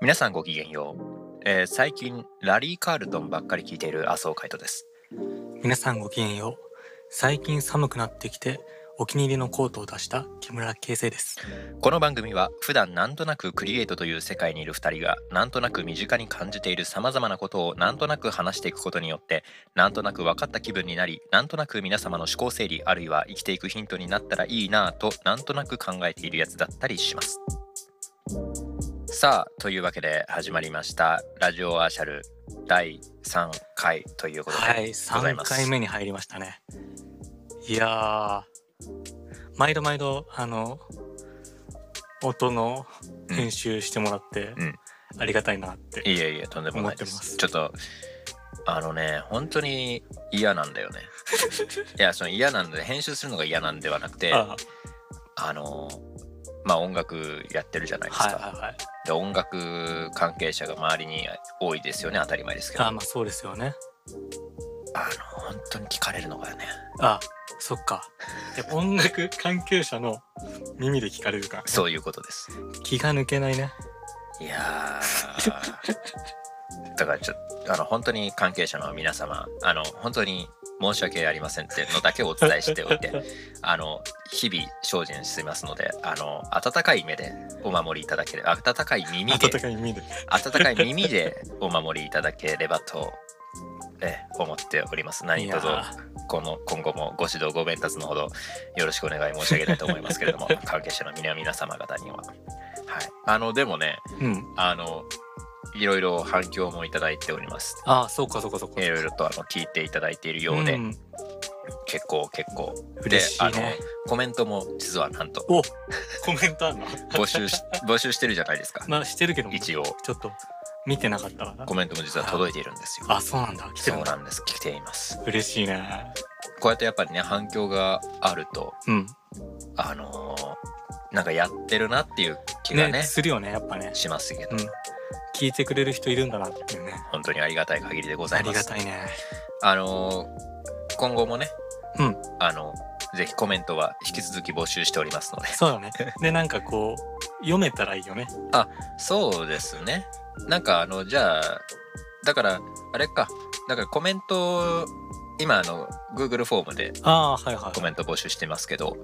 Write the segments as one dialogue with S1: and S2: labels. S1: 皆さんごきげんよう、えー最近ラリー・カールトンばっかり聞いている麻生海斗です
S2: 皆さんごきげんよう最近寒くなってきてお気に入りのコートを出した木村圭生です
S1: この番組は普段なんとなくクリエイトという世界にいる2人がなんとなく身近に感じているさまざまなことをなんとなく話していくことによってなんとなく分かった気分になりなんとなく皆様の思考整理あるいは生きていくヒントになったらいいなぁとなんとなく考えているやつだったりしますさあというわけで始まりました「ラジオアーシャル」第3回ということで、
S2: はい
S1: ござい
S2: 3
S1: ます
S2: 回目に入りましたねいやー毎度毎度あの音の
S1: うん
S2: 編集してもらって、
S1: うん
S2: ありがたいなって、
S1: いえいえとんでもないです
S2: 思ってます
S1: ちょっとあのね本当に嫌なんだよ ねいやその嫌なんで編集するのが嫌なんではなくてあ
S2: あ
S1: のまあ音楽やってるじゃないですか、
S2: はいはいはい
S1: で音楽関係者が周りに多いですよね当たり前ですけど
S2: あ
S1: あ
S2: まあそうですよね
S1: の本当に聞かれるのがね
S2: あそっかやっぱ音楽関係者の耳で聞かれるから、ね、
S1: そういうことです
S2: 気が抜けないね
S1: いや ーだからちょっとあの本当に関係者の皆様あの本当に申し訳ありませんってのだけお伝えしておいてあの日々精進していますのであの温かい目でお守りいただければ温かい耳で
S2: 温かい耳で
S1: 温かい耳でお守りいただければとえ思っております何卒
S2: いや
S1: この今後もご指導ご鞭達のほどよろしくお願い申し上げたいと思いますけ れども関係者の皆皆様方にははいあのでもね
S2: ーうん
S1: あのいろいろ反響もいただいております。
S2: ああそうかそうかそうか
S1: いろいろとあの聞いていただいているようで、
S2: ん
S1: 結構結構で
S2: 嬉しい
S1: あの
S2: ね
S1: コメントも実はなんと
S2: おコメントあんの
S1: 募集し募集してるじゃない ですか
S2: まあしてるけども
S1: 一応
S2: ちょっと見てなかったわな
S1: コメントも実は届いているんですよ
S2: あそうなんだ来て
S1: そ
S2: るん
S1: う
S2: だ
S1: なんです来ています
S2: 嬉しいね
S1: こうやってやっぱりね反響があると
S2: うん
S1: あのーなんかやってるなっていう気が
S2: ね
S1: ね
S2: するよねやっぱね
S1: しますけど、
S2: うん聞いてくれる人いるんだなっていうね
S1: 本当にありがたい限りでござ
S2: あ
S1: い
S2: り
S1: ま
S2: が
S1: す
S2: たいね
S1: あのー今後もね、
S2: うん
S1: あのぜひコメントは引き続き募集しておりますので
S2: そうだ ねでなんかこう読めたらいいよね
S1: そうですね。なんかあのじゃあだからあれかだからコメント今あの Google フォームで
S2: ああはいはい
S1: コメント募集してますけど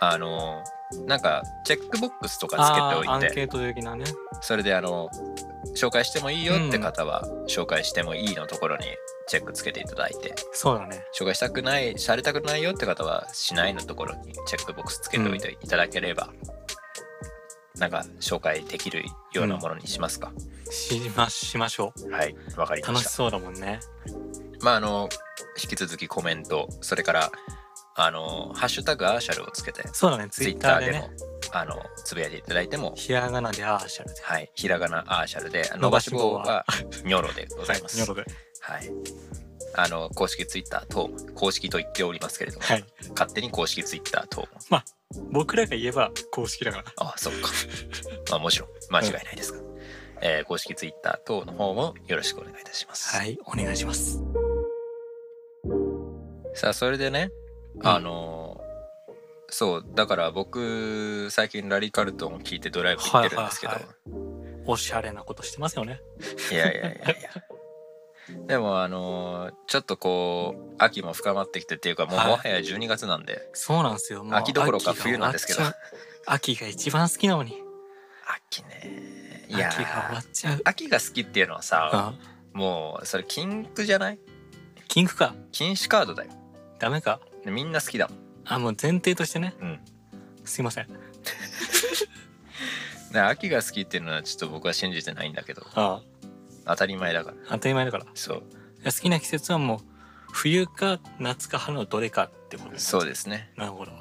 S1: あのなんかチェックボックスとか
S2: あーア
S1: つけてお
S2: ン
S1: いて
S2: ケート的なね
S1: それであの紹介してもいいよって方は紹介してもいいのところにチェックつけていただいて
S2: そうだね
S1: 紹介したくないされたくないよって方はしないのところにチェックボックスつけておいていただければ、なんか紹介できるようなものにしますか、
S2: しましましょう
S1: はい、わかりま
S2: 楽
S1: し。
S2: したそうだもんね
S1: まあ、あの、引き続きコメント、それから、あの、ハッシュタグアーシャルをつけて、
S2: そうだねツ
S1: ツ
S2: イ
S1: イ
S2: ッ
S1: ッ
S2: タ
S1: タ
S2: ー
S1: ー
S2: で
S1: で
S2: ね
S1: も、あの、つぶやいていただいても、
S2: ひらがなであーしゃるで
S1: はい、ひらがなアーシャルで、
S2: 伸
S1: 伸
S2: ば
S1: ば
S2: し
S1: し
S2: 棒
S1: 棒
S2: は
S1: は、ニョロでございま
S2: は
S1: す。
S2: ニョロで
S1: はい。あの、公式ツイッター等も、公式と言っておりますけれども、
S2: はい
S1: 勝手に公式ツイッター等も、
S2: 僕らが言えば公式だから
S1: あそう か。まあ、もちろん、間違いないですが、えー公式ツイッター等の方もよろしくお願いいたします。
S2: はいお願いします
S1: さあそれでね
S2: うん
S1: あのーそうだから僕最近ラリー・カルトンを聞いてドライブ行ってるんですけど、
S2: はいいはおしゃれなことしてますよね
S1: やいやいやいやでもあのーちょっとこう秋も深まってきてっていうかもうも
S2: はい
S1: はや12月なんで、
S2: そうなんですよもう
S1: 秋どころか
S2: 秋が
S1: 冬なんですけど
S2: 終わっちゃう秋が一番好きなのに
S1: 秋ねい
S2: 秋
S1: やー
S2: が終わっちゃう
S1: 秋が好きっていうのはさ
S2: あ
S1: もうそれ禁句じゃない
S2: キングか
S1: 禁止カードだよ
S2: ダメか
S1: みんな好きだもん
S2: あもう前提としてね、
S1: うん
S2: すいません
S1: だから秋が好きっていうのはちょっと僕は信じてないんだけど
S2: あ
S1: 当たり前だから
S2: 当たり前だからい
S1: そう
S2: や好きな季節はもう冬か夏か春のどれかってことです
S1: そうですね
S2: なるほど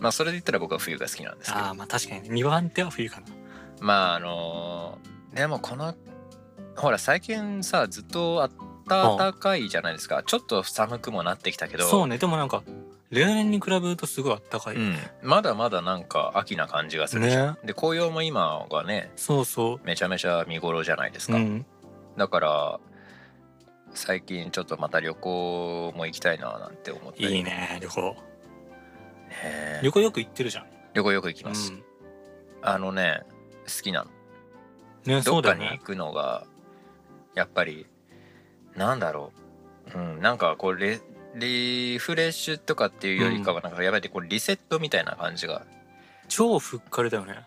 S1: まあそれで言ったら僕は冬が好きなんですけど
S2: ああまあ確かに2番手は冬かな
S1: まああのでもこのほら最近さずっと暖かいじゃないですかちょっと寒くもなってきたけど
S2: そうねでもなんか例年に比べるとすごい暖かい、
S1: うん、まだまだなんか秋な感じがするじゃん、で紅葉も今がね
S2: そうそ
S1: めちゃめちゃ見頃じゃないです
S2: う
S1: か、
S2: うん
S1: だから最近ちょっとまた旅行も行きたいななんて思って
S2: いいね旅行
S1: ね
S2: 旅行よく行ってるじゃん
S1: 旅行よく行きます、
S2: う
S1: あのね好きなの
S2: ね、
S1: ど
S2: そ
S1: っ
S2: う
S1: か
S2: だよ
S1: に行
S2: ね。
S1: くのがやっぱりなんだろう、うん、なんかこうレリフレッシュとかっていうよりかはなんかやっぱりこうリセットみたいな感じが、
S2: 超ふっかれだよね。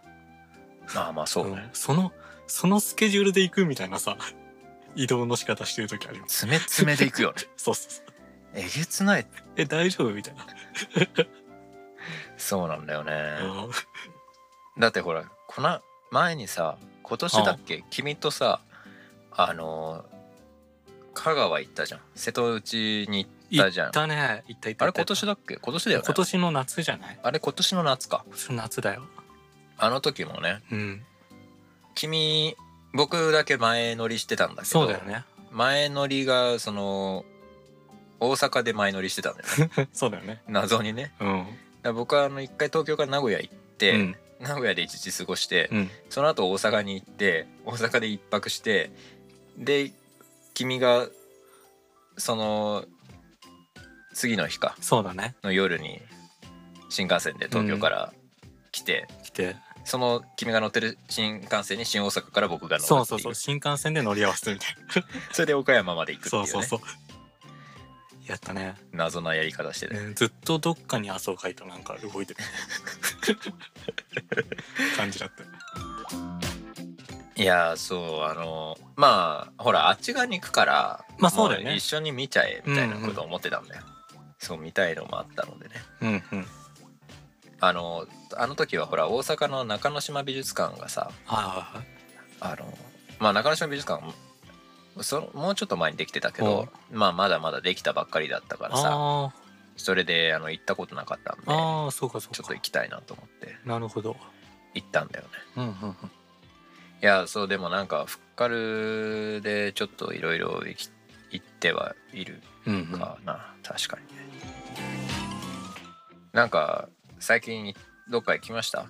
S1: まあまあそうね、
S2: んその、そのスケジュールで行くみたいなさ、 移動の仕方してる時あります。
S1: 詰め詰めでいくよ ね
S2: そうそうそう。
S1: えげつない
S2: え、大丈夫みたいな。
S1: そうなんだよね、
S2: うん
S1: だってほらこの前にさ今年だっけ君とさあのー香川行ったじゃん瀬戸内に行ったじゃ
S2: 行
S1: ん
S2: ったね。行った行った行った。
S1: あれ今年だっけ今年だよね
S2: 今年の夏じゃない
S1: あれ今年の夏か
S2: 今年の夏だよ。
S1: あの時もね
S2: うん。
S1: 君僕だけ前乗りしてたんだけど
S2: そうだよね。
S1: 前乗りがその大阪で前乗りしてたんだよね
S2: そうだよね。
S1: 謎にね
S2: うん。
S1: だから僕はあの一回東京から名古屋行っ
S2: う
S1: て、
S2: ん。
S1: 名古屋で一日過ごして、
S2: うん。
S1: その後大阪に行って大阪で一泊してで君がその次の日か
S2: そうだね。
S1: の夜に新幹線で東京から来て、
S2: 来て。
S1: その君が乗ってる新幹線に新大阪から僕が乗るってい
S2: そうそうそう。新幹線で乗り合わせてみたいな。
S1: それで岡山まで行くっていう,、
S2: そ
S1: ね、
S2: うそうそう。やったね。
S1: 謎なやり方してね、
S2: ねずっとどっかに麻生海となんか動 いてる感じだったよ
S1: いやーそうあのーまあほらあっち側に行くから
S2: まあそうだよね
S1: も一緒に見ちゃえみたいなこと思ってたんだよ、そう見たいのもあったのでね
S2: うんうん
S1: あのーあの時はほら大阪の中之島美術館がさ
S2: あ
S1: あのーまあ中之島美術館そのもうちょっと前にできてたけど、まあまだまだできたばっかりだったからさ
S2: あ
S1: それであの行ったことなかったんで
S2: ーあーそうかそうか
S1: ちょっと行きたいなと思って
S2: なるほど
S1: 行ったんだよね
S2: うんうんうん
S1: いやそうでもなんかふっかるでちょっといろいろ行き行ってはいる
S2: うんうん
S1: かな、確かにねなんか最近どっか行きました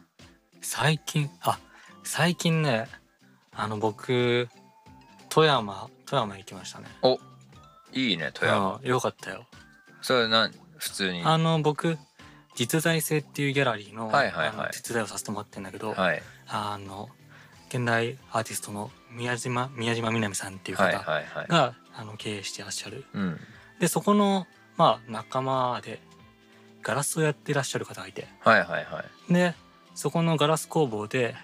S2: 最近あ最近ねあの僕富山富山行きましたね
S1: いいね富山
S2: うんよかったよ
S1: それなん普通に
S2: あ
S1: はい
S2: の僕実在性っていうギャラリーの,、
S1: はいはいはい
S2: あの手伝いをさせてもらってるんだけど、
S1: はい
S2: あの現代アーティストの宮島宮島みなみさんっていう方
S1: はい
S2: が、
S1: はい
S2: あの経営してらっしゃる
S1: うん
S2: でそこのまあ仲間でガラスをやってらっしゃる方がいて
S1: はいはいはい
S2: でそこのガラス工房で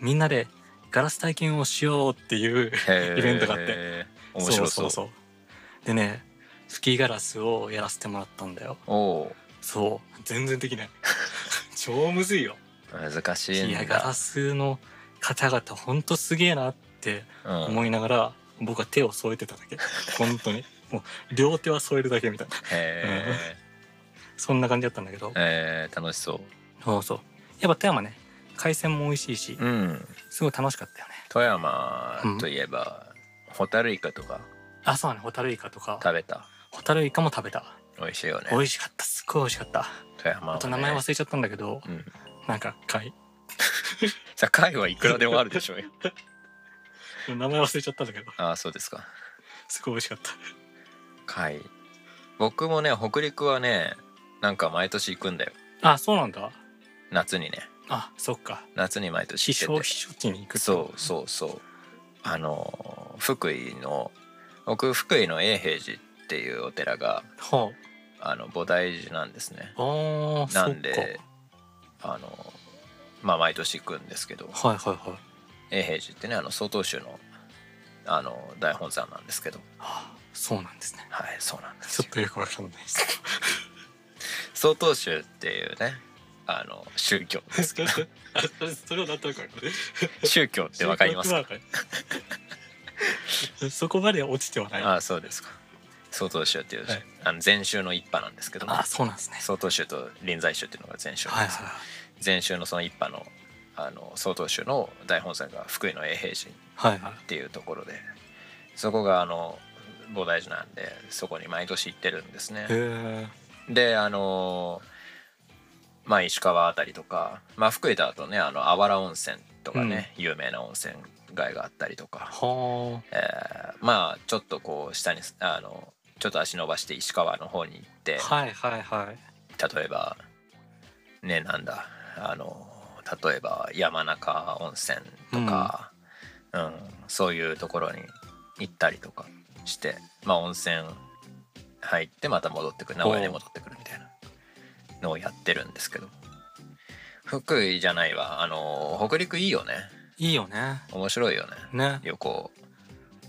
S2: みんなでガラス体験をしようっていう
S1: へー
S2: イベントがあって
S1: 面白そう
S2: そうそうそうでねスキーガラスをやらせてもらったんだよ
S1: おお
S2: そう全然 できない超むずいよ
S1: ー難し
S2: い
S1: いんだ
S2: やガラスの方々ほんとすげえなって
S1: うん、
S2: 思いながら、僕は手を添えてただけ本当にもう両手は添えるだけみたいな
S1: へ
S2: そんな感じだったんだけど
S1: ーえー、楽しそ
S2: そうそうやっぱ富山ね海鮮も美味しいし
S1: ううん
S2: すごい楽しかったよね
S1: 富山といえば、ホタルイカとか
S2: あそうだねホタルイカとか
S1: 食べた
S2: ホタルイカも食べた
S1: 美味しいよね
S2: 美味しかったすっごい美味しかった
S1: 富山は、ね、
S2: あと名前忘れちゃったんだけど
S1: うん
S2: なんか貝
S1: さ貝はいくらでもあるで しょうよ
S2: 名前忘れちゃったんだけど
S1: ああそうですか
S2: すごい美味しかった
S1: 貝僕もね北陸はねなんか毎年行くんだよ
S2: あそうなんだ
S1: 夏にね
S2: あそっか
S1: 夏に毎年
S2: 秘
S1: 行っ
S2: 書
S1: て
S2: 秘書地に行く
S1: てそうそうそうあのー福井の僕福井の永平寺っていうお寺が
S2: うほ
S1: あの菩提寺なんですね
S2: うあーそ
S1: な
S2: っか
S1: んであのーまあ毎年行くんですけど
S2: はいはいはい
S1: 永平寺ってねあの曹洞宗のあの大本山なんですけど
S2: あそうなんですね
S1: はいそうなんです
S2: ち
S1: よ
S2: ょっとよくわかんないです
S1: 曹洞宗っていうねあの宗 教ですけど
S2: あそれそれはなんとなくわかる
S1: 宗教ってわかりますか
S2: わかる そこまで落ちてはない。
S1: ああそうですか曹洞宗っていう、
S2: はい
S1: あの禅宗の一派なんですけども
S2: あそうなんですね。
S1: 曹洞宗と臨済宗っていうのが禅宗なん
S2: はい
S1: ですよ、
S2: は
S1: 禅宗のその一派のあの曹洞宗の大本山が福井の永平寺
S2: いはい。はいはい。
S1: っていうところでそこがあの菩提寺なんでそこに毎年行ってるんですね
S2: へ
S1: であのまあ石川あたりとか、まあ、福井だとねあのあわら温泉とかね、有名な温泉街があったりとか、
S2: は
S1: えーまあちょっとこう下にあのちょっと足伸ばして石川の方に行って
S2: あ。はいはいはい。
S1: 例えばねなんだあの例えば山中温泉とか、うん、そういうところに行ったりとかして、まあ、温泉入ってまた戻ってくる名古屋に戻ってくるみたいなのをやってるんですけど福井じゃないわあの北陸いいよね
S2: いいよね
S1: 面白いよね
S2: ね
S1: 旅行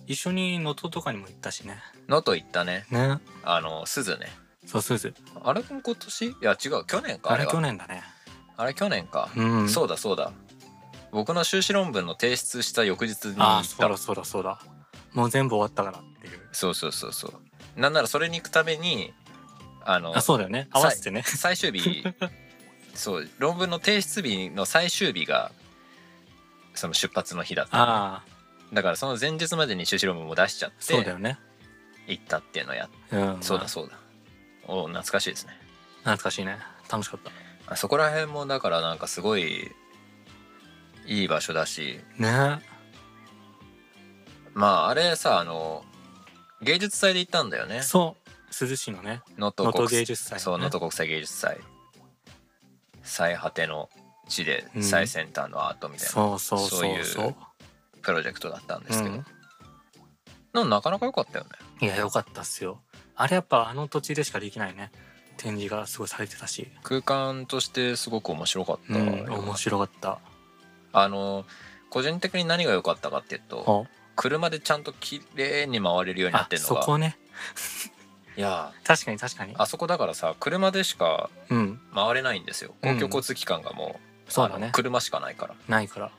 S2: 一緒に能登とかにも行ったしね
S1: 能登行ったね
S2: ね
S1: あの鈴ね
S2: そうすず
S1: あれも今年いや違う去年か
S2: あ
S1: あれ
S2: れ
S1: は
S2: 去年だね
S1: あれ去年か、
S2: うん
S1: そううだそうだ僕の修士論文の提出した翌日に行
S2: あ
S1: っ
S2: そう
S1: た
S2: だそうだそうだもう全部終わったからっていう
S1: そうそうそうそうなんならそれに行くためにあの
S2: あそうだよね合わせてね
S1: 最終 日そう論文の提出日の最終日がその出発の日だった
S2: ああ
S1: だからその前日までに修士論文も出しちゃっ
S2: そうだよ
S1: て
S2: ね
S1: 行ったっていうのをやっ
S2: うん
S1: そうだそうだお懐かしいですね
S2: 懐かしいね楽しかった
S1: あそこら辺もだからなんかすごいいい場所だし
S2: ね
S1: まああれさあの芸術祭で行ったんだよね
S2: そう珠洲市のね
S1: 能
S2: 能
S1: 登
S2: 登
S1: 国
S2: 芸術祭、ね、
S1: そう能登国際芸術祭最果ての地で
S2: うん
S1: 最先端のアートみたいな
S2: そうそうそうそう
S1: そういうプロジェクトだったんですけど、
S2: うん
S1: なんかなかなか良かったよね
S2: いや良かったっすよあれやっぱあの土地でしかできないね展示がすごいされてたし、
S1: 空間としてすごく面白かった
S2: う
S1: よ、
S2: ん、面白かった
S1: あの個人的に何が良かったかっていうと
S2: お
S1: 車でちゃんと綺麗に回れるようにな
S2: あ
S1: ってるの
S2: そ
S1: が
S2: こね
S1: いや
S2: 確かに確かに
S1: あそこだからさ車でしか
S2: うん
S1: 回れないんですよ公共交通機関がもう、
S2: そうだね
S1: あの車しかないから
S2: ないから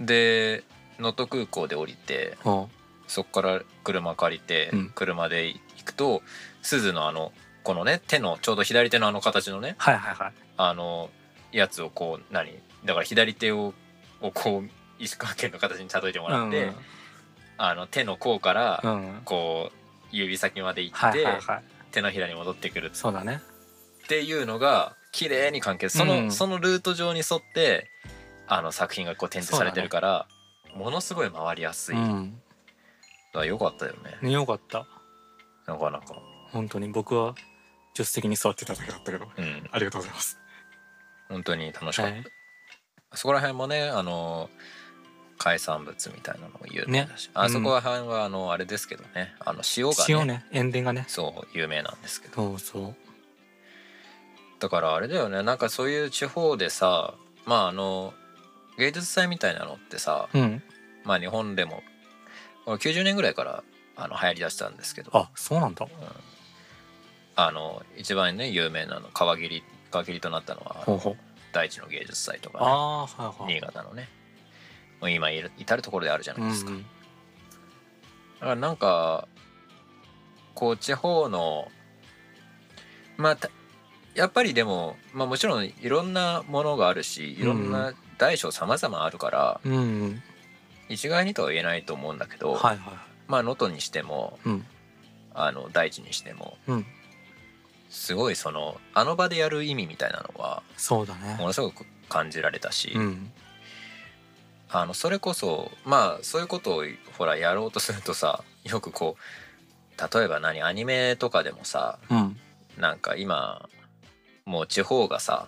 S1: で能登空港で降りて
S2: お
S1: そこから車借りて、
S2: うん
S1: 車で行くと鈴のあのこのね手のちょうど左手のあの形のね
S2: はいはいはい
S1: あのやつをこう何だから左手ををこう石川県の形に例えてもらって、あの手の甲から
S2: うん、うん、
S1: こう指先まで行って、
S2: はいはいはい
S1: 手のひらに戻ってくる
S2: そうだね
S1: っていうのが綺麗に完結その,、
S2: うん
S1: そのルート上に沿ってあの作品がこう展示されてるから、ものすごい回りやすい、
S2: う
S1: だか
S2: ん
S1: ら良かったよね、
S2: ねよかった
S1: なかなか、
S2: 本当に僕は助手席に座ってただけだったけど
S1: うん、
S2: ありがとうございます
S1: 本当に楽しか
S2: は
S1: った、
S2: い
S1: そこら辺もねあの海産物みたいなのも有名だし、あそこら辺はあのあれですけどねあの塩がね
S2: 塩ね塩田がね
S1: そう有名なんですけど
S2: そうそう
S1: だからあれだよねなんかそういう地方でさまああの芸術祭みたいなのってさ
S2: うん
S1: まあ日本でもこれ90年ぐらいからあの流行りだしたんですけど
S2: あそうなんだ
S1: あの一番ね有名なの川切川切となったの
S2: ほう
S1: は
S2: ほう
S1: 大地の芸術祭とかね、
S2: ああはいはい
S1: 新潟のねもう今いる至る所であるじゃないですか、
S2: うんうん
S1: だからなんかこう地方のまあたやっぱりでも、まあ、もちろんいろんなものがあるしいろんな大小様々あるから、
S2: うんうん
S1: 一概にとは言えないと思うんだけど、
S2: はいは
S1: まあ能登にしても
S2: いうん
S1: あの大地にしても
S2: うん
S1: すごいそのあの場でやる意味みたいなのは
S2: そうだね
S1: ものすごく感じられたし、
S2: うん
S1: あのそれこそまあそういうことをほらやろうとするとさよくこう例えば何アニメとかでもさ
S2: うん
S1: なんか今もう地方がさ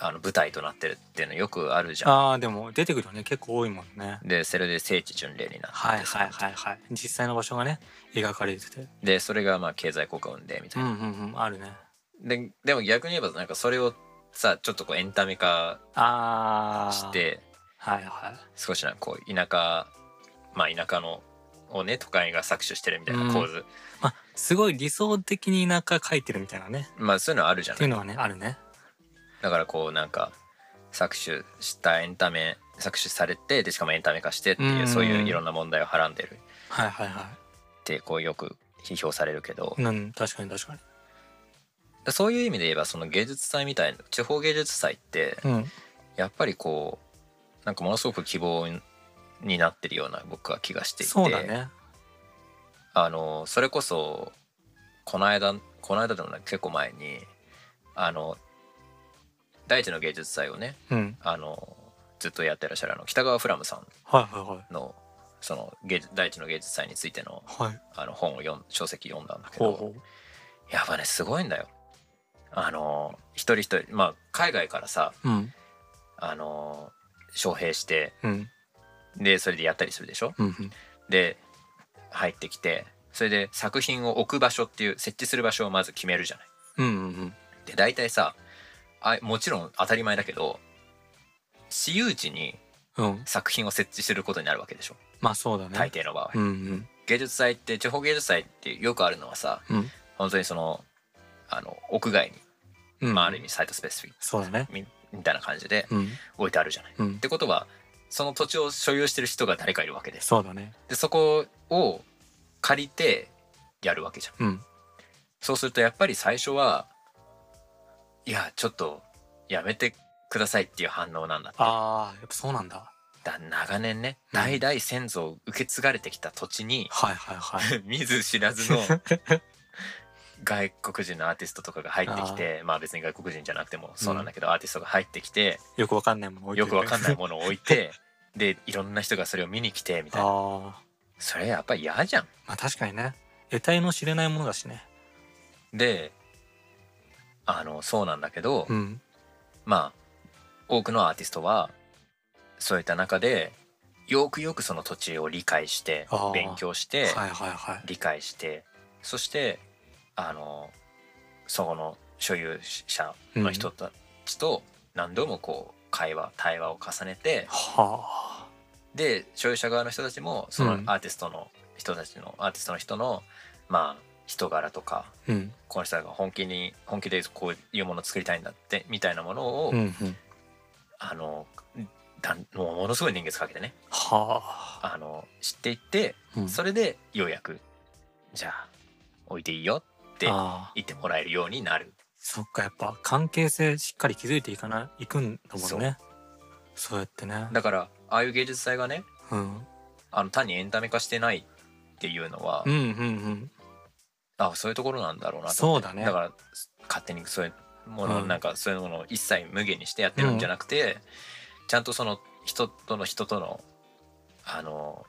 S1: あの舞台となってるっていうのよくあるじゃん。
S2: ああでも出てくるよね結構多いもんね
S1: でそれで聖地巡礼にな
S2: は
S1: っ
S2: い
S1: てさ、
S2: はいはいはい実際の場所がね描かれてて
S1: でそれがまあ経済効果を生んでみた
S2: う
S1: い
S2: ん
S1: な。
S2: うんうんあるね
S1: ででも逆に言えばなんかそれをさちょっとこうエンタメ化
S2: ああ
S1: して
S2: はいは
S1: 少しなんかこう田舎まあ田舎のをね都会が搾取してるみたいな構図、
S2: いまあすごい理想的に田舎描いてるみたいなね
S1: まあそういうのあるじゃ
S2: っ
S1: な
S2: てい
S1: いう
S2: のはねあるね
S1: だからこうなんか搾取したエンタメ搾取されてでしかもエンタメ化してっていううんそういういろんな問題をはらんでる
S2: はいはいは
S1: ってこうよく批評されるけど
S2: い、うん、確かに確かに
S1: そういう意味で言えばその芸術祭みたいな地方芸術祭って
S2: うん
S1: やっぱりこうなんかものすごく希望になってるような僕は気がしていて
S2: そうだね
S1: あのそれこそこの間この間でもない結構前にあの第一の芸術祭をね
S2: うん
S1: あのずっとやってらっしゃるあの北川フラムさ
S2: はいは
S1: んのその芸術第一の芸術祭についての
S2: いはいはい
S1: あの本を読ん書籍読んだんだけ
S2: ほう
S1: ど
S2: ほう
S1: やっぱねすごいんだよ。あの一人一人まあ海外からさ
S2: うん
S1: あの招聘して
S2: うん
S1: でそれでやったりするでしょ
S2: うんうん
S1: で入ってきてそれで作品を置く場所っていう設置する場所をまず決めるじゃない。
S2: うんうん
S1: で大体さあもちろん当たり前だけど私有地に
S2: うんうん
S1: 作品を設置することになるわけでしょ
S2: まあそうだね
S1: 大抵の場合、
S2: うんうん
S1: 芸術祭って地方芸術祭ってよくあるのはさ
S2: うん
S1: 本当にそのあの屋外に、
S2: うん
S1: まあ、ある意味サイトスペシフィッ
S2: そうだね
S1: クみみたいな感じで
S2: うん
S1: 置いてあるじゃない。
S2: う
S1: っ
S2: ん
S1: てことはその土地を所有してる人が誰かいるわけです。
S2: そうだね
S1: でそこを借りてやるわけじゃん。
S2: うん
S1: そうするとやっぱり最初はいやちょっとやめてくださいっていう反応なんだって
S2: ああやっぱそうなんだ
S1: だ長年ね
S2: うん
S1: 代々先祖を受け継がれてきた土地 に
S2: はいはいはい
S1: 見ず知らずの外国人のアーティストとかが入ってきてまあ別に外国人じゃなくてもそうなんだけど、アーティストが入ってきて
S2: よくわかんないもの置いて
S1: よくわかんない
S2: も
S1: ものを置い てでいろんな人がそれを見に来てみたいな
S2: ああ
S1: それやっぱり嫌じゃん。
S2: まあ確かにね得体の知れないものだしね
S1: であのそうなんだけど、
S2: うん
S1: まあ多くのアーティストはそういった中でよくよくその土地を理解して
S2: あー
S1: 勉強して
S2: はいはいはい
S1: 理解してそしてあのそこの所有者の人たちと何度もこう会話対話を重ねて
S2: はあ
S1: で所有者側の人たちもその
S2: うん
S1: アーティストの人たちのアーティストの人のまあ人柄とか
S2: うん
S1: この人が本気に本気でこういうものを作りたいんだってみたいなものを、
S2: うんうん
S1: あのだんもうものすごい年月かけてね
S2: はあ
S1: あの知っていって
S2: うん
S1: それでようやくじゃあ置いていいよって
S2: ああ
S1: 言ってもらえるようになる
S2: そっかやっぱ関係性しっかり築いていかないくんだもんねそうやってね
S1: だからああいう芸術祭がね
S2: うん
S1: あの単にエンタメ化してないっていうのは、
S2: うんうん
S1: あそういうところなんだろう
S2: う
S1: なんと思
S2: そうだ
S1: って
S2: ね
S1: だから勝手にそういうもの、
S2: うん
S1: なんかそういうものを一切無限にしてやってるんじゃなくて、ちゃんとその人との人とのあの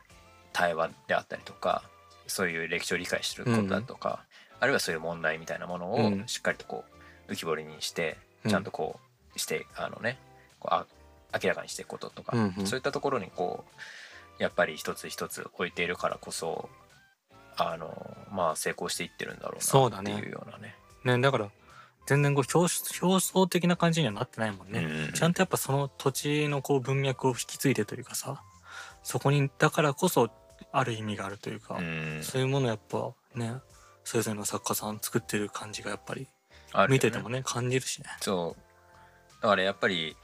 S1: 対話であったりとかそういう歴史を理解することだとか、あるいはそういう問題みたいなもの
S2: う
S1: を
S2: ん
S1: しっかりとこう浮き彫りにして、
S2: うん
S1: ちゃんとこうしてあのねこうあ明らかにしていくこととか、
S2: うんうん
S1: そういったところにこうやっぱり一つ一つ置いているからこそあのまあ成功していってるんだろ
S2: そう
S1: うな
S2: だ
S1: って
S2: ね
S1: いうようなね。
S2: ねだから全然こう表表層的な感じにはなってないもんね、
S1: うん
S2: ちゃんとやっぱその土地のこう文脈を引き継いでというかさそこにだからこそある意味があるというか、
S1: うん
S2: そういうものやっぱねそれぞれの作家さん作ってる感じがやっぱり
S1: あるよね
S2: 見ててもね感じるしね
S1: そうだからやっぱり、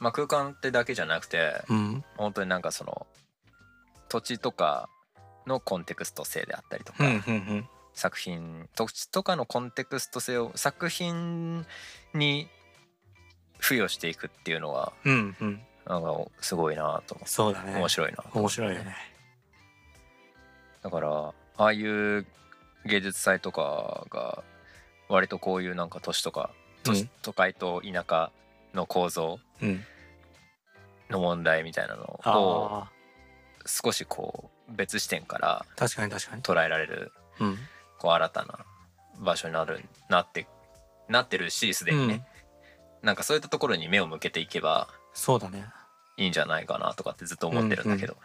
S1: まあ、空間ってだけじゃなくて
S2: うん
S1: 本当になんかその土地とかのコンテクスト性であったりと
S2: う
S1: か、
S2: んうんうん
S1: 作品土地とかのコンテクスト性を作品に付与していくっていうのは
S2: うんうん
S1: なんかすごいなと思
S2: そうだ
S1: う
S2: ね
S1: 面白いなと
S2: 面白いよね
S1: だからああいう芸術祭とかが割とこういうなんか都市とか都市都会と田舎の構造
S2: うん、うん、
S1: の問題みたいなのを
S2: ああ
S1: 少しこう別視点から
S2: 確かに確かに
S1: 捉えられる
S2: うん
S1: こう新たな場所になるなってなってるしすでにね、なんかそういったところに目を向けていけば
S2: そうだね
S1: いいんじゃないかなとかってずっと思ってるんだけど、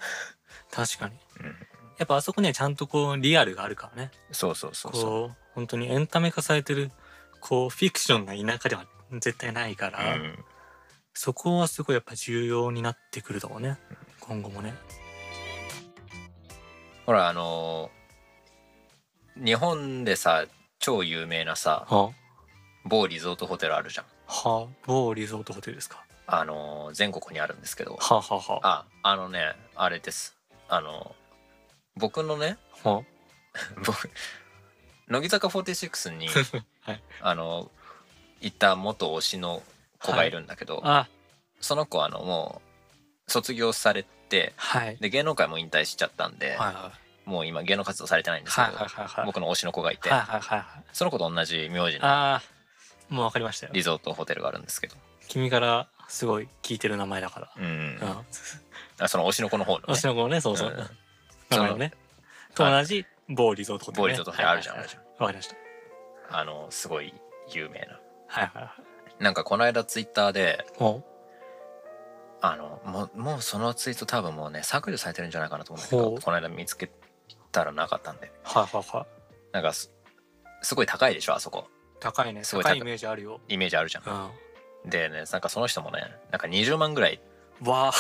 S2: 確かに
S1: うん
S2: やっぱあそこにはちゃんとこうリアルがあるからね
S1: そうそうそうそう
S2: こう本当にエンタメ化されてるこうフィクションな田舎では絶対ないから、
S1: うん
S2: そこはすごいやっぱ重要になってくるだろうね、今後もね
S1: ほらあのー日本でさ超有名なさ
S2: は
S1: 某リゾートホテルあるじゃん
S2: は某リゾートホテルですか
S1: あのー全国にあるんですけど
S2: ははは
S1: ああのねあれですあの僕のね
S2: は
S1: 僕乃木坂46に、
S2: はい
S1: あの行った元推しの子がいるんだけど、
S2: あ
S1: その子はあのもう卒業されて
S2: はい
S1: で芸能界も引退しちゃったんで、
S2: はいはい
S1: もう今芸能活動されてないんですけ
S2: は
S1: ど、
S2: いはいはいはい
S1: 僕の推しの子がいて、
S2: はいはいはいはい
S1: その子と同じ名字の
S2: ああもう分かりましたよ
S1: リゾートホテルがあるんですけど、
S2: 君からすごい聞いてる名前だから
S1: うん
S2: うん
S1: あその推しの子の方の、ね
S2: 私、の子のねそうそう、
S1: うん
S2: 名前をねと同じ某リゾートホテル、ね、
S1: 某リゾートホテルあるじゃん
S2: はいはいはいわかりました
S1: あのすごい有名な
S2: はいはいはい
S1: なんかこの間ツイッターで
S2: お
S1: あのもうもうそのツイート多分もうね削除されてるんじゃないかなと思うんだけ
S2: ほ
S1: ど
S2: う
S1: この間見つけたらなかったんで
S2: はいはいはい。
S1: なんかすすごい高いでしょあそこ
S2: 高いね。
S1: すごい
S2: 高いイメージあるよ。
S1: イメージあるじゃん
S2: うん。わ
S1: でねなんかその人もねなんか20万ぐらい
S2: あ。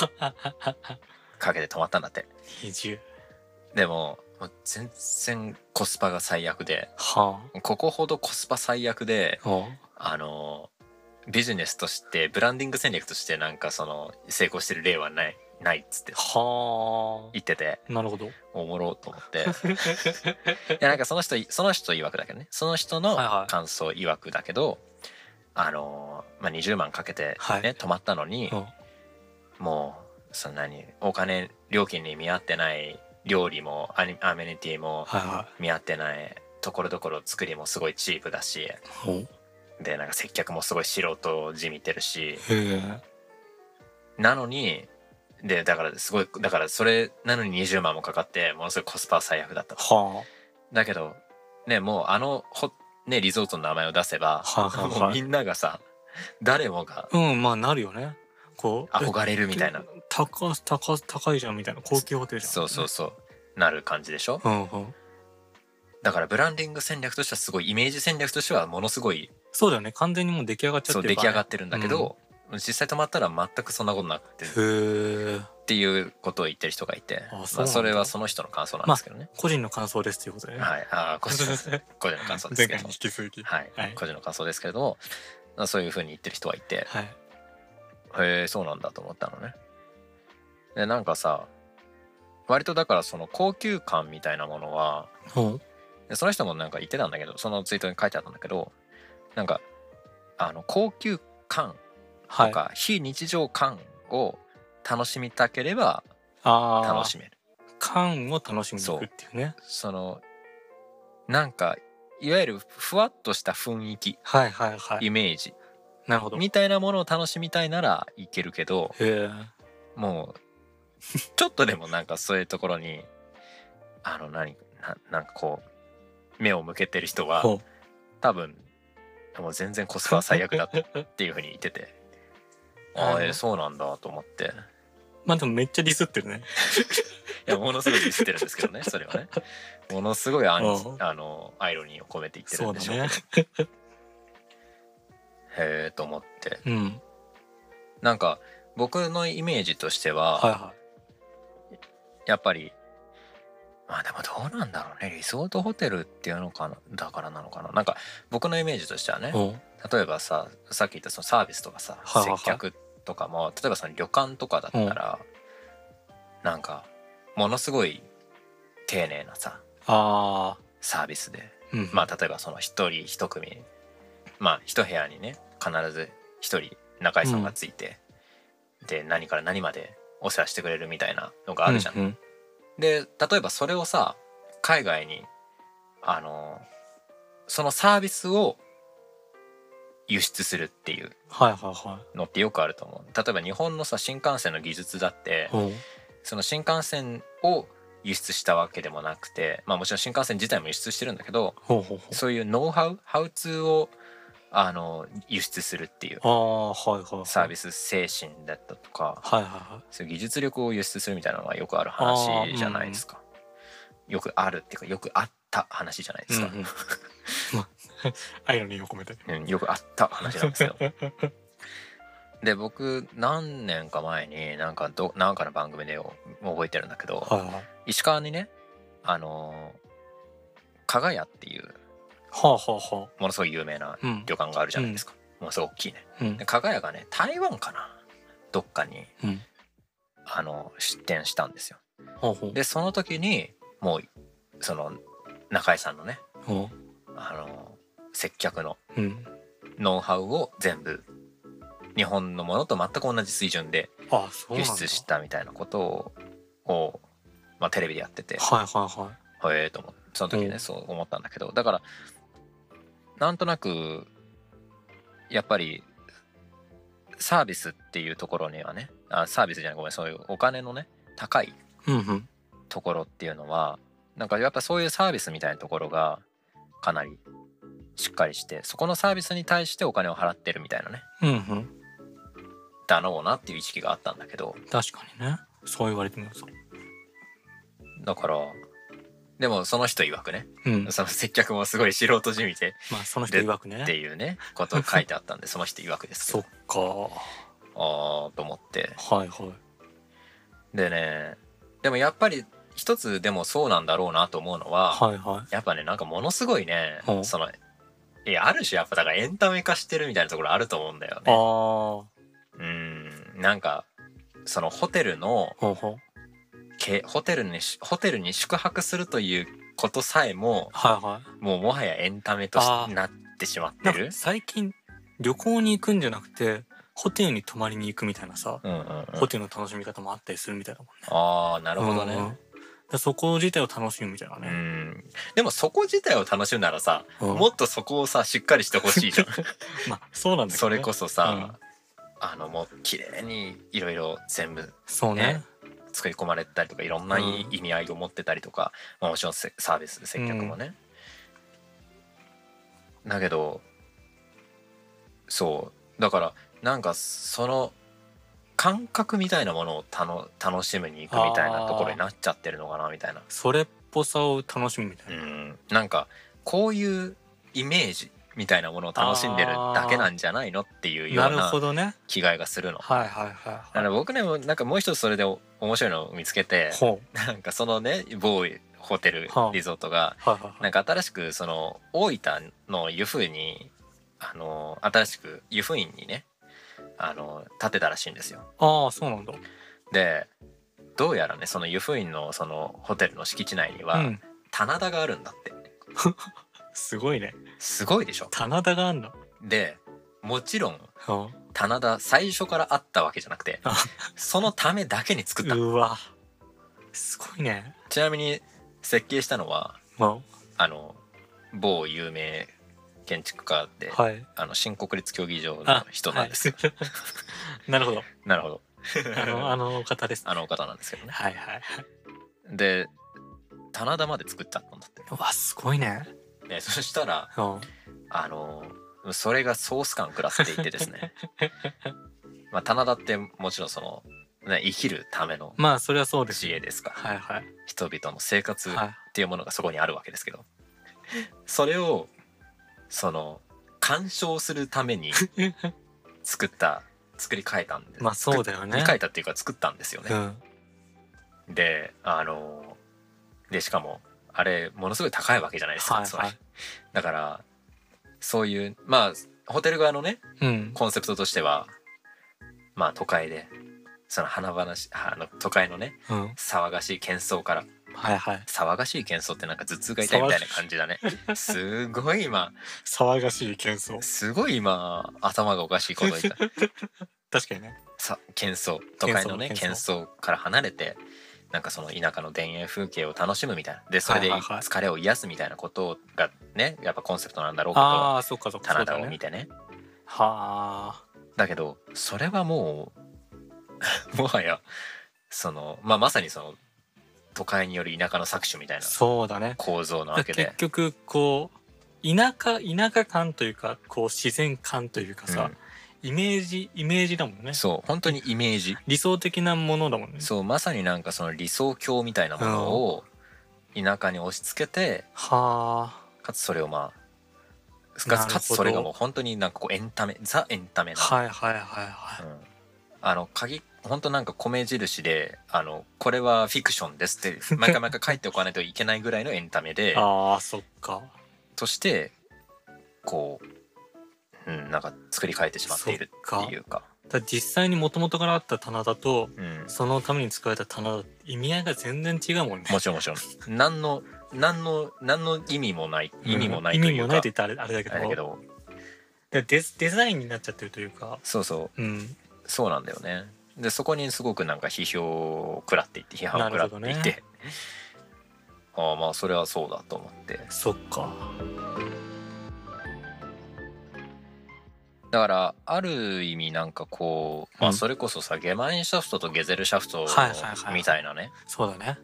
S1: かけて泊まったんだって
S2: 移住。
S1: でももう全然コスパが最悪で
S2: は
S1: ここほどコスパ最悪で
S2: あ。おう
S1: あのビジネスとしてブランディング戦略としてなんかその成功してる例はないないっつって
S2: は
S1: 言ってて
S2: あ。なるほど。
S1: おもろと思 っていやなんかその人その人曰くだけどねその人の
S2: はいはい
S1: 感想曰くだけど、あのまあ、20万かけて、ね
S2: はい
S1: 泊まったのに、
S2: うん
S1: もうそんなにお金料金に見合ってない料理もアニアメニティも
S2: はいは
S1: 見合ってないところどころ作りもすごいチープだし
S2: い。ほう。
S1: でなんか接客もすごい素人じみてるし
S2: へ
S1: なのにでだからすごいだからそれなのに20万もかかってものすごいコスパ最悪だった
S2: は
S1: だけどねもうあのほ、ね、リゾートの名前を出せば
S2: はいはいはい
S1: もうみんながさ誰もが
S2: あ。うん、まあなるよね。こう。
S1: 憧れるみたいな
S2: え。高高高いじゃんみたいな高級ホテルじゃん。
S1: そうそうそうなる感じでしょ
S2: うんうん。
S1: だからブランディング戦略としてはすごいイメージ戦略としてはものすごい
S2: そうだよね。完全にもう出来上がっちゃ
S1: そう
S2: って
S1: 出
S2: るか
S1: 来上が
S2: ら
S1: ってるんだけど、実際泊まったら全くそんなことなくてっ
S2: ね。へえ。
S1: ていうことを言ってる人がいて
S2: あそう
S1: ま
S2: な
S1: あ、
S2: んだ
S1: それはその人の感想なんですけどね、
S2: 個人の感想ですということでね。
S1: はいあー個人個人の感想です
S2: 前
S1: け
S2: 回に
S1: ど
S2: 引き続き。
S1: はい、
S2: はい
S1: 個人の感想ですけれどもまあそういうふうに言ってる人がいて
S2: はい。
S1: へえそうなんだと思ったのねでなんかさ割とだからその高級感みたいなものは
S2: ほう。
S1: でその人もなんか言ってたんだけどそのツイートに書いてあったんだけどなんかあの高級感
S2: は
S1: と
S2: い。
S1: か非日常感を楽しみたければ
S2: ああ。
S1: 楽しめる、
S2: 感を楽しんでいくっていうね。
S1: そのなんかいわゆるふわっとした雰囲気
S2: はいはいはい。
S1: イメージ
S2: なるほど。へ
S1: みたいなものを楽しみたいならいけるけど
S2: え。
S1: も うちょっとでもなんかそういうところにあの何ななんかこう目を向けてる人は
S2: ほう
S1: 多分もう全然コスパは最悪だったっていうふうに言 っててああえーそうなんだと思って
S2: まあでもめっちゃディスってるね。
S1: いやものすごいディスってるんですけど ねそれはねものすごいアンチ
S2: うん
S1: あのアイロニーを込めて言って
S2: そ
S1: るん
S2: う
S1: で
S2: だ
S1: しょうけど
S2: ね。
S1: へえと思って
S2: うん。
S1: なんか僕のイメージとしては、
S2: はいは。
S1: やっぱりまあでもどうなんだろうねリゾートホテルっていうのかなだからなのかななんか僕のイメージとしてはいね
S2: ほう。
S1: 例えばささっき言ったそのサービスとかさ
S2: はいはいはい
S1: 接客とかも例えばその旅館とかだったら、なんかものすごい丁寧なさ
S2: ああ。
S1: サービスで
S2: うん。
S1: まあ例えばその一人一組まあ一部屋にね必ず一人中居さんがついて、で何から何までお世話してくれるみたいなのがあるじゃん。
S2: うん。
S1: で例えばそれをさ海外にあのそのサービスを輸出するっていう
S2: はいはいは
S1: のってよくあると思う例えば日本のさ新幹線の技術だって
S2: い。ほう。
S1: その新幹線を輸出したわけでもなくてまあもちろん新幹線自体も輸出してるんだけど
S2: ほうほうほう。
S1: そういうノウハウハウツーをあの輸出するっていう
S2: ああ、はいはいはい。
S1: サービス精神だったとか
S2: はいはいはい。
S1: そういう技術力を輸出するみたいなのはよくある話じゃないですか、よくあるっていうかよくあった話じゃないですか
S2: うん、うん まあ、アイロニーを込めて。
S1: うんよくあった話なん ですよで僕何年か前になんかどなんかの番組でお覚えてるんだけど、
S2: はいはい。は
S1: 石川にねあのー加賀屋っていう
S2: あはあはあ。
S1: ものすごい有名な
S2: うん。
S1: 旅館があるじゃないですか、ものすごい大きいね
S2: うん
S1: で。加賀屋がね台湾かなどっかに
S2: うん。
S1: あの出店したんですよ
S2: ほうほう。
S1: でその時にもうその中井さんのね
S2: ほ
S1: あの接客の
S2: う。うん。
S1: ノウハウを全部日本のものと全く同じ水準で
S2: ああ、そう
S1: 輸
S2: なんだ。
S1: 出したみたいなことををまあ、テレビでやってて
S2: はいはいはい。
S1: へえと思ってその時ね、
S2: うん
S1: そう思ったんだけどだからなんとなくやっぱりサービスっていうところにはねあサービスじゃないごめんそういうお金のね高い
S2: うんうん。
S1: ところっていうのはなんかやっぱそういうサービスみたいなところがかなりしっかりしてそこのサービスに対してお金を払ってるみたいなね
S2: うんうん。
S1: だろうなっていう意識があったんだけど
S2: 確かにねそう言われてみると
S1: だからでもその人曰くね
S2: うん
S1: その接客もすごい素人じみて
S2: まあその人曰くね
S1: っていうねことを書いてあったんでその人曰くですけ
S2: そ
S1: ど
S2: っかは
S1: ああと思って
S2: いはい
S1: でねでもやっぱり一つでもそうなんだろうなと思うのは、
S2: はいは
S1: やっぱねなんかものすごいね
S2: ほう
S1: そのいやある種やっぱだからエンタメ化してるみたいなところあると思うんだよ
S2: いあ
S1: ね。
S2: あほ
S1: うんなんかそのホテルの
S2: うほう
S1: けホテルにしホテルに宿泊するということさえも
S2: はいは
S1: もうもはやエンタメとし
S2: あー
S1: なってしまっ
S2: いな
S1: て
S2: ん
S1: る
S2: か。最近旅行に行くんじゃなくてホテルに泊まりに行くみたいなさ、
S1: うんうんうん、
S2: ホテルの楽しみ方もあったりするみたいだもんね
S1: ああなるほど
S2: うん
S1: ね。
S2: でそこ自体を楽しむみたいな
S1: う
S2: ね、
S1: んでもそこ自体を楽しむならさ、
S2: うん
S1: もっとそこをさしっかりしてほしい じゃん。
S2: まあそうなんだけど、ね、
S1: それこ
S2: そ
S1: そさ、あのもう綺麗にいろいろ全部
S2: そうね
S1: ね作り込まれてたりとかいろんな意
S2: うん
S1: 意味合いを持ってたりとか、まあ、もちろんせサービス接客もね、だけどそうだからなんかその感覚みたいなものをたの楽しむに行くみたいなところになっちゃってるのかなみたいな
S2: それっぽさを楽しむみた
S1: う
S2: いな、
S1: んなんかこういうイメージみたいなものを楽しんでるだけなんじゃないのっていうよ
S2: な
S1: う
S2: る
S1: な
S2: ほどね
S1: 気概がするの。
S2: はいはいはい
S1: だか
S2: は
S1: ら僕ねもなんかもう一つそれでお面白いのを見つけて
S2: いほう
S1: なんかそのね某ホテル
S2: はあ
S1: リゾートが
S2: はいはい
S1: な
S2: はい
S1: んか新しくその大分の湯布院にあの新しく湯布院にねあの建てたらしいんですよ。
S2: ああそうなんだ
S1: でどうやらねその湯布院のそのホテルの敷地内に
S2: う
S1: は
S2: ん
S1: 棚田があるんだって
S2: すごいね
S1: すごいでしょ
S2: 棚田があんだ
S1: でもちろん
S2: うん
S1: 棚田最初からあったわけじゃなくて
S2: あ
S1: そのためだけに作った
S2: うわすごいね
S1: ちなみに設計したのは
S2: ま
S1: あの某有名建築家で
S2: あはい
S1: あの新国立競技場の人なんですよ。
S2: はい なるほど
S1: なるほど。
S2: あ のあの方です
S1: あのお方なんですけどね。
S2: はいはいはい
S1: で棚田まで作っちゃったんだって。
S2: うわすごいね
S1: でそしたら
S2: うん
S1: あのそれがソース感食らっていてです ね。まあ棚田ってもちろんその、ね、生きるための
S2: まあそれはそうです
S1: 知恵ですか
S2: はいはい
S1: 人々の生活
S2: はい
S1: っていうものがそこにあるわけですけどそれをその鑑賞するため に作った作り変えたんで
S2: まあそうだよね
S1: 作り変えたっていうか作ったんですよ
S2: う
S1: ね、
S2: ん
S1: であのでしかもあれものすごい高いわけじゃないですか、
S2: はいはい
S1: つまりだからそういうまあホテル側のね
S2: うん
S1: コンセプトとしてはまあ都会でその華々しあの都会のね
S2: うん
S1: 騒がしい喧騒から
S2: はいはい
S1: 騒がしい喧騒ってなんか頭痛が痛いみたいな感じだねすごい今
S2: 騒がしい喧騒
S1: すごい今頭がおかしいこと言った
S2: 確かにね
S1: さ喧騒都会のね喧
S2: 喧騒
S1: 騒から離れてなんかその田舎の田園風景を楽しむみたいなでそれで
S2: はいはいはい
S1: 疲れを癒すみたいなことがねやっぱコンセプトなんだろうけど
S2: ああそっかそっかそ
S1: 棚
S2: うだ
S1: 田
S2: よ
S1: を
S2: ね
S1: 見てね
S2: は
S1: だけどそれはもう もはやその、まあ、まさにその都会による田舎の搾取みたい
S2: あ
S1: な
S2: そうだね
S1: 構造なわけで
S2: 結。局こう田舎田舎感というかこう自然感というかさ、イメージイメージだもん
S1: う
S2: ね
S1: んそう本当にイメージ
S2: 理想的なものだもんね
S1: そうまさになんかその理想郷みたいなものを田舎に押し付けて
S2: は
S1: かつそれをまあか
S2: なるほ
S1: つ
S2: ど
S1: かつそれがもう本当になんかこうエンタメザエンタメ
S2: あ
S1: な、
S2: はいはいはいはい、
S1: うんあの鍵本当なんか米印であのこれはフィクションです って毎回毎回書いておかないといけないぐらいのエンタメで
S2: ああそっか
S1: としてこう、うん、なんか作り変えてしまっている
S2: そっか
S1: っていうか
S2: だから実際にもともとからあった棚だと
S1: うん、
S2: そのために使われた棚だって意味合いが全然違うもんね
S1: もちろんもちろん何の何の何の意味もない意味もない
S2: うん
S1: と
S2: 意
S1: い
S2: 味
S1: う
S2: も
S1: か、
S2: ないって言ったらあれあれだけ
S1: あ
S2: ど
S1: れだけど
S2: でデスデザインになっちゃってるというか
S1: そうそう
S2: うん
S1: そうなんだよねでそこにすごくなんか批評を食らっていって批判を食らってい
S2: なるほ
S1: て、
S2: どね
S1: ああまあそれはそうだと思って
S2: そっか
S1: だからある意味なんかこう、ま
S2: う
S1: あ、
S2: ん
S1: それこそさ、ゲマインシャフトとゲゼルシャフト
S2: はいはいはい
S1: みたいなね
S2: そうだね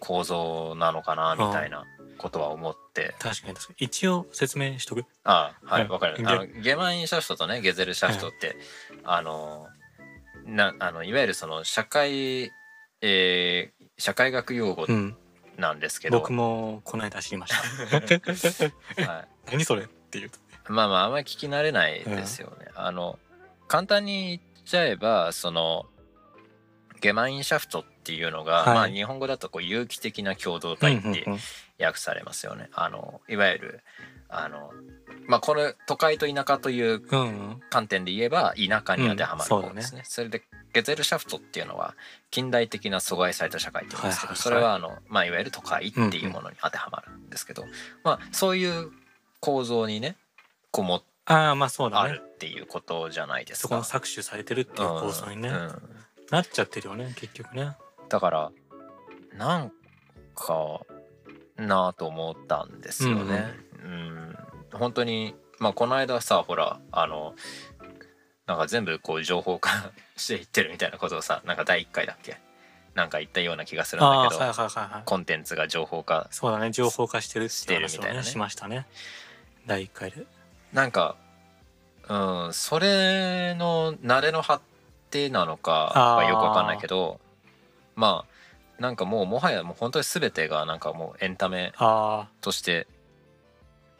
S1: 構造なのかなみたいなことは思って、
S2: 確かに確かに一応説明しとく
S1: ああは
S2: う
S1: い
S2: ん
S1: わかる
S2: で
S1: あのゲマインシャフトとねゲゼルシャフトって、あのなあのいわゆるその社会、えー社会学用語
S2: うん、
S1: なんですけど、
S2: 僕もこの間知りました
S1: はい、
S2: 何それっていうと
S1: まあまああんまり聞き慣れないですよね。あの簡単に言っちゃえばそのゲマインシャフトっていうのが、
S2: はい
S1: まあ、日本語だとこう有機的な共同体って
S2: うんうんうん
S1: 訳されますよね。あのいわゆるあの、まあ、これ都会と田舎という
S2: うんうん
S1: 観点で言えば田舎に当てはまる
S2: うん
S1: 方ですね,、それでゲゼルシャフトっていうのは近代的な阻害された社会って言うんですけど、
S2: はいはいはい
S1: それはあの、まあ、いわゆる都会っていうものに当てはまるんですけど、まあ、そういう構造にねこうも
S2: ああまあそう
S1: あ
S2: だね
S1: るっていうことじゃないです
S2: そこの
S1: か。
S2: 搾取されてるっていう構造にね、
S1: うんうん
S2: なっちゃってるよね結局ね
S1: だからなんかなあと思ったんですよね。うん、本当にまあこの間さほらあのなんか全部こう情報化 していってるみたいなことをさなんか第1回だっけなんか言ったような気がするん
S2: あ
S1: だ
S2: あー
S1: け
S2: はい
S1: ど
S2: はいはいはい
S1: コンテンツが情報化
S2: そうだね情報化してるっていう話
S1: してるみた
S2: を
S1: いな
S2: ね
S1: ね
S2: しましたね第1回で
S1: なんかうんそれの慣れの発展なのかはよくわかんないけどまあなんかもうもはやもう本当に全てがなんかもうエンタメ
S2: ああ
S1: として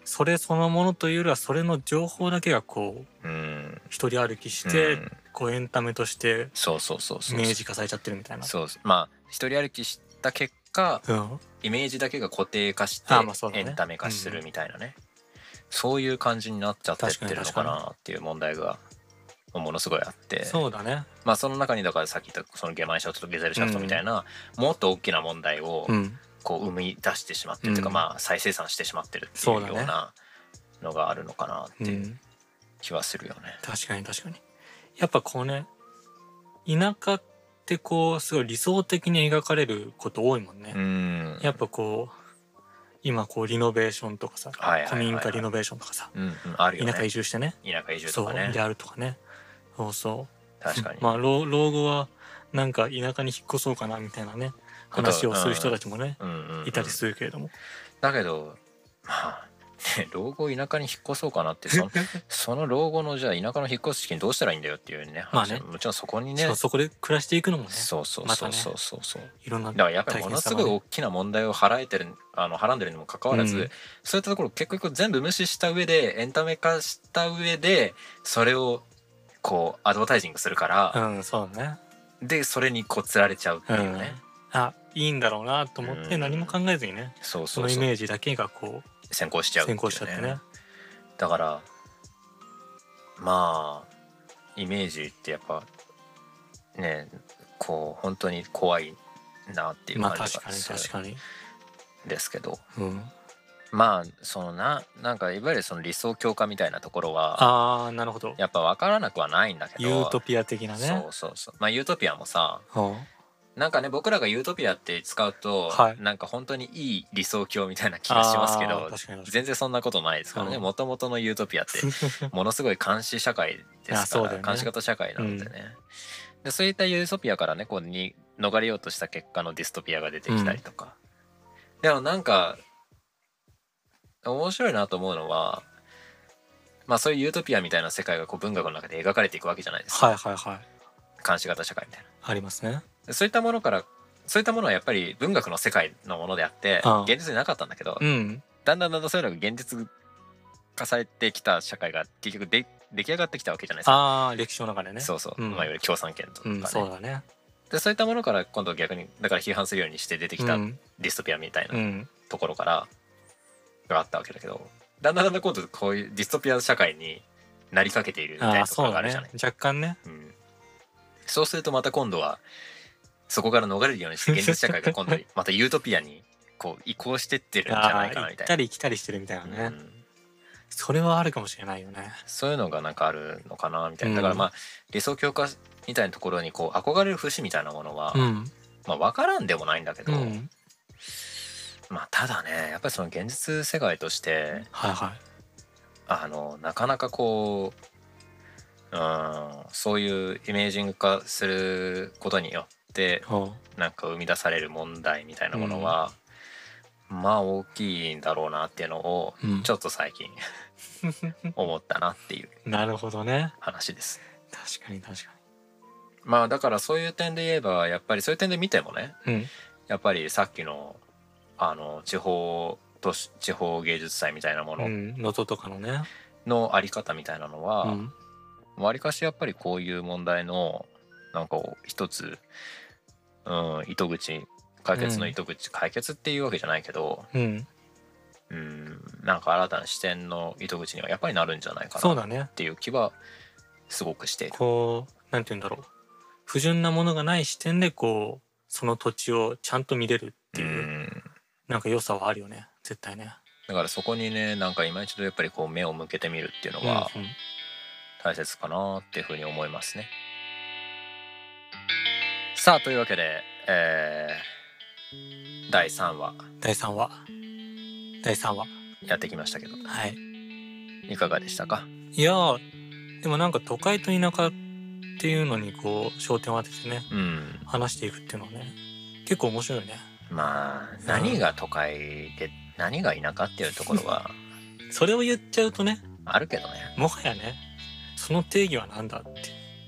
S2: それそのものというよりはそれの情報だけがこう
S1: うん
S2: 一人歩きして、
S1: うん
S2: こうエンタメとして
S1: そうそうそうそう
S2: 明示化されちゃってるみたいな
S1: そうそうまあ一人歩きした結果
S2: うん
S1: イメージだけが固定化して
S2: あまあそうだ
S1: エ
S2: ね
S1: ンタメ化するみたいなねそういう感じになっちゃってっ
S2: 確かに
S1: てるのかなっていう問題がものすごいあって
S2: そうだね
S1: まあその中にだからさっき言ったそのゲマイシャフトとゲゼルシャフトみたいな、もっと大きな問題を
S2: うん
S1: こう生み出してしまってる、というか
S2: うん
S1: まあ再生産してしまってるってい
S2: そううだ
S1: よ
S2: ね
S1: うなのがあるのかな
S2: う
S1: っていうん気はするよね。
S2: 確かに確かにやっぱこうね田舎ってこうすごい理想的に描かれること多いもんね、
S1: うん
S2: やっぱこう今こうリノベーションとかさ
S1: はいはいはいはい
S2: 古民家リノベーションとかさ
S1: うんうん、あるよね
S2: 田舎移住してね
S1: 田舎移住
S2: そ
S1: とか
S2: う
S1: ね
S2: であるとかねそうそう
S1: 確かに、
S2: まあ老老後はなんか田舎に引っ越そうかなみたいなね話をする人たちもね、
S1: うんうんうん
S2: いたりするけれども、
S1: だけどまあね老後田舎に引っ越そうかなってそ のその老後のじゃあ田舎の引っ越す資金どうしたらいいんだよっていうね,、
S2: まあね
S1: もちろんそこにね
S2: そうそこで暮らしていくのもね
S1: そうそう
S2: ま
S1: そ
S2: た
S1: う
S2: ね
S1: そうそうそう、
S2: いろんな
S1: だからやっぱりものすごい大きな問題を払えてるあのはらんでるにもかかわらず、
S2: うん
S1: そういったところを結局全部無視した上でエンタメ化した上でそれをこうアドバタイジングするから、
S2: うんそうだね
S1: でそれにこうつられちゃうって
S2: う
S1: い
S2: ん
S1: うね、
S2: あいいんだろうなと思って
S1: うん
S2: 何も考えずにね、
S1: そう
S2: そ
S1: そ
S2: の
S1: う
S2: イ
S1: そう
S2: メージだけがこう
S1: 先行しちゃう
S2: 先行しち
S1: い
S2: ゃっ
S1: う
S2: てね
S1: だからまあイメージってやっぱねこう本当に怖いなっていう
S2: まあ
S1: 感じが
S2: 確かに
S1: す
S2: 確かに、
S1: るんですけど
S2: うん、
S1: まあそのななんかいわゆるその理想強化みたいなところは
S2: ああなるほど
S1: やっぱ分からなくはないんだけど
S2: ユートピア的なね
S1: そうそうそうまあユートピアもさ
S2: うん
S1: なんかね僕らがユートピアって使うと、
S2: はい
S1: なんか本当にいい理想郷みたいな気がしますけ
S2: あ
S1: ど
S2: ー確かに確か
S1: 全然そんなことないですからね
S2: うん
S1: もともとのユートピアってものすごい監視社会で
S2: あ
S1: す
S2: そ
S1: か
S2: う
S1: ら、
S2: だよね
S1: 監視型社会なのでね、でそういったユーソピアからねこうに逃れようとした結果のディストピアが出てきたりとか、でもなんか面白いなと思うのはまあそういうユートピアみたいな世界がこう文学の中で描かれていくわけじゃないですか、
S2: はいはいはい
S1: 監視型社会みたいな
S2: ありますね
S1: でそういったものからそういったものはやっぱり文学の世界のものであって
S2: ああ
S1: 現実になかったんだけど、
S2: うん
S1: だんだんだんだんそういうのが現実化されてきた社会が結局で出来上がってきたわけじゃないですか
S2: ああ歴史の中でね
S1: そうそう、
S2: うん
S1: まあいわゆる共産権とかね、
S2: ん、そうだね
S1: でそういったものから今度逆にだから批判するようにして出てきた
S2: う
S1: デ
S2: ん、
S1: ィストピアみたいうなんところからがあったわけだけど、だんだんだんだん今度こういうディストピア社会になりかけているみたい
S2: あ
S1: な
S2: あ
S1: とこ
S2: そ
S1: ろ
S2: う
S1: があ
S2: だ
S1: る
S2: ね
S1: じゃない
S2: 若干ね
S1: そう,、ん、そうするとまた今度はそこから逃れるようにして現実社会が今度またユートピアにこう移行してってるんじゃないかな
S2: あ
S1: みた
S2: あ行っ
S1: い
S2: た
S1: な。
S2: り来たりしてるみたいなね、
S1: うん
S2: それはあるかもしれないよね
S1: そういうのがなんかあるのかなみたいな、
S2: うん
S1: だからまあ理想強化みたいなところにこう憧れる節みたいなものは、
S2: うん
S1: まあ分からんでもないんだけ
S2: う
S1: ど、
S2: ん
S1: まあただねやっぱりその現実世界として
S2: はいは
S1: あのなかなかこう、うん、そういうイメージング化することによって
S2: いうん
S1: なんか生み出される問題みたいなものは、まあ大きいんだろうなっていうのを
S2: うん
S1: ちょっと最 近思ったなっていう
S2: なるほどね
S1: 話です。
S2: 確かに確か
S1: まあだからそういう点で言えばやっぱりそういう点で見てもね
S2: うん
S1: やっぱりさっきのあの地方都市地方芸術祭みたいなも
S2: う
S1: の
S2: ん能登とかのね、
S1: のあり方みたいなの
S2: う
S1: は
S2: ん、
S1: わり、かしやっぱりこういう問題のなんか一つ、うん、糸口解決の糸口、解決っていうわけじゃないけど、
S2: うん、
S1: うん、なんか新たな視点の糸口にはやっぱりなるんじゃないか
S2: そう
S1: なっ
S2: だね
S1: ていう気はすごくしている。
S2: こうなんて言うんだろう不純なものがない視点でこうその土地をちゃんと見れるって
S1: う
S2: いう、
S1: ん
S2: なんか良さはあるよね絶対ね。
S1: だからそこにねなんか今一度やっぱりこう目を向けてみるっていうのは
S2: うんうん
S1: 大切かなっていうふうに思いますね。さあというわけで、えー第3話
S2: 第3話第3話
S1: やってきましたけど
S2: はい
S1: いかがでしたか
S2: いやーでもなんか都会と田舎っていうのにこう焦点を当ててね
S1: うん
S2: 話していくっていうのはね結構面白いね
S1: まあ何が都会で何が田舎っていうところは
S2: それを言っちゃうとね
S1: あるけどね
S2: もはやねその定義は何だって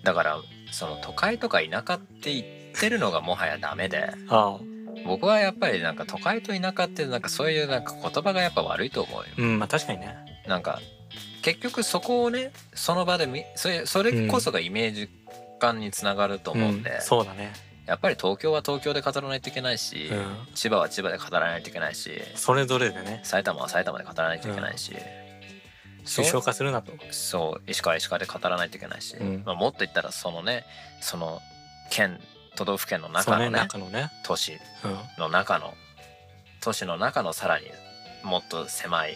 S1: だからその都会とか田舎って言ってるのがもはやダメで
S2: ああ
S1: 僕はやっぱりなんか都会と田舎ってなんかそういうなんか言葉がやっぱ悪いと思うよ。
S2: うんまあ確かにね
S1: なんか結局そこをねその場でみそれそれこそがイメージ感につながると思うんで、
S2: うんそうだね
S1: やっぱり東京は東京で語らないといけないし、
S2: うん
S1: 千葉は千葉で語らないといけないし
S2: それぞれでね
S1: 埼玉は埼玉で語らないといけないし、そ
S2: 抽
S1: う
S2: 象化するなと
S1: そう石川は石川で語らないといけないし、
S2: うん
S1: まあ、もっと言ったらそのねその県都道府県の
S2: そ
S1: 中
S2: う
S1: の
S2: ね
S1: ね
S2: 中のね
S1: 都市
S2: うん
S1: の中の都市の中のさらにもっと狭い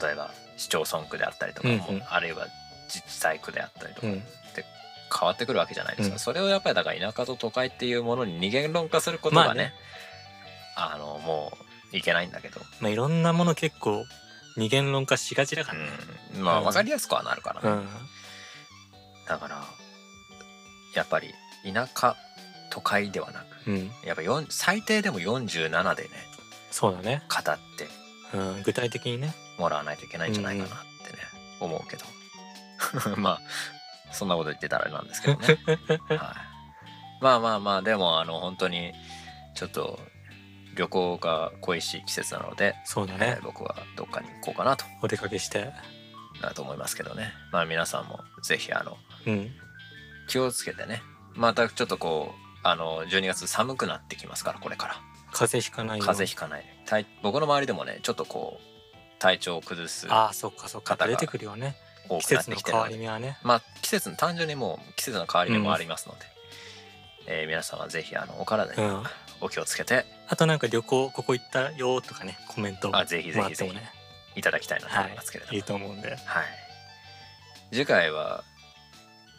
S1: 例えば市町村区であったりとか、
S2: うんうん
S1: あるいは自治体区であったりとか、
S2: うん
S1: 変わってくるわけじゃないですか、
S2: うん
S1: それをやっぱりだから田舎と都会っていうものに二元論化することがね,、あ、のもういけないんだけど、
S2: まあいろんなもの結構二元論化しがちだからね
S1: うんまあ
S2: うん
S1: 分かりやすくはなるから
S2: う
S1: ね、
S2: ん、
S1: だからやっぱり田舎都会ではなく
S2: うん、
S1: やっぱ4最低でも47でね
S2: そうだね、
S1: 語って
S2: うん、具体的にね
S1: もらわないといけないんじゃないかなってね、思うけど まあそんなこと言ってたらあれなんですけ どね、はい、まあまあまあでもあの本当にちょっと旅行が恋しい季節なので、
S2: そうだ
S1: え
S2: ね
S1: ー僕はどっかに行こうかなと
S2: お出かけして
S1: なと思いますけどねまあ皆さんもぜひあの
S2: うん
S1: 気をつけてねまたちょっとこうあの12月寒くなってきますからこれから
S2: 風邪ひかないように
S1: 風邪ひかない体僕の周りでもねちょっとこう体調を崩す
S2: ああそっかそっか
S1: 方が
S2: 出てくるよね
S1: 多
S2: 季
S1: くなっ
S2: 節
S1: て
S2: の
S1: きて
S2: 変
S1: る
S2: わ
S1: の
S2: り
S1: で
S2: 目はね
S1: まあ季節の単純にもう季節の変わり目もありますので、えー皆さんはぜひあのお体
S2: う
S1: に
S2: ん
S1: お気をつけて
S2: あとなんか旅行ここ行ったよとかねコメントもら
S1: あ
S2: って
S1: ぜ
S2: も
S1: ひぜひぜひ
S2: ね
S1: いただきたいなと
S2: は
S1: 思いますけれど
S2: い
S1: も
S2: いい、と思うんで
S1: はい、次回は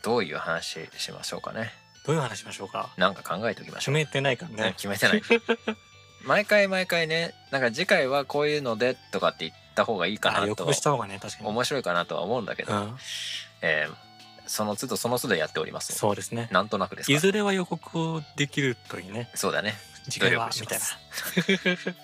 S1: どういう話しましょうかね
S2: どういう話しましょうか
S1: なんか考えておきまし
S2: 決
S1: ょう
S2: めてないから
S1: ね
S2: ね
S1: 決めてない 毎回毎回ねなんか次回はこういうのでとかって言った方がいいか
S2: あ
S1: な
S2: 予
S1: と
S2: 告した方がね確かに
S1: 面白いかなとは思うんだけど、
S2: うん
S1: えーその都度その都度やっておりますの
S2: そうですね
S1: でなんとなくですか
S2: い
S1: ら
S2: ずれは予告をできるといいね
S1: そうだね
S2: 次回は
S1: 努力し
S2: み
S1: ま
S2: たい
S1: す
S2: な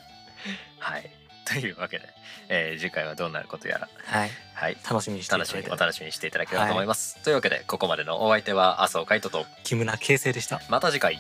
S1: はい。というわけで、えー次回はどうなることやら、
S2: はい
S1: はい。
S2: 楽しみにしていた
S1: 楽
S2: だ
S1: しみ
S2: い
S1: に
S2: て
S1: お楽しみにしていただければと思います。というわけで、ここまでのお相手は麻生海人と、
S2: 木村圭成でした
S1: また次回。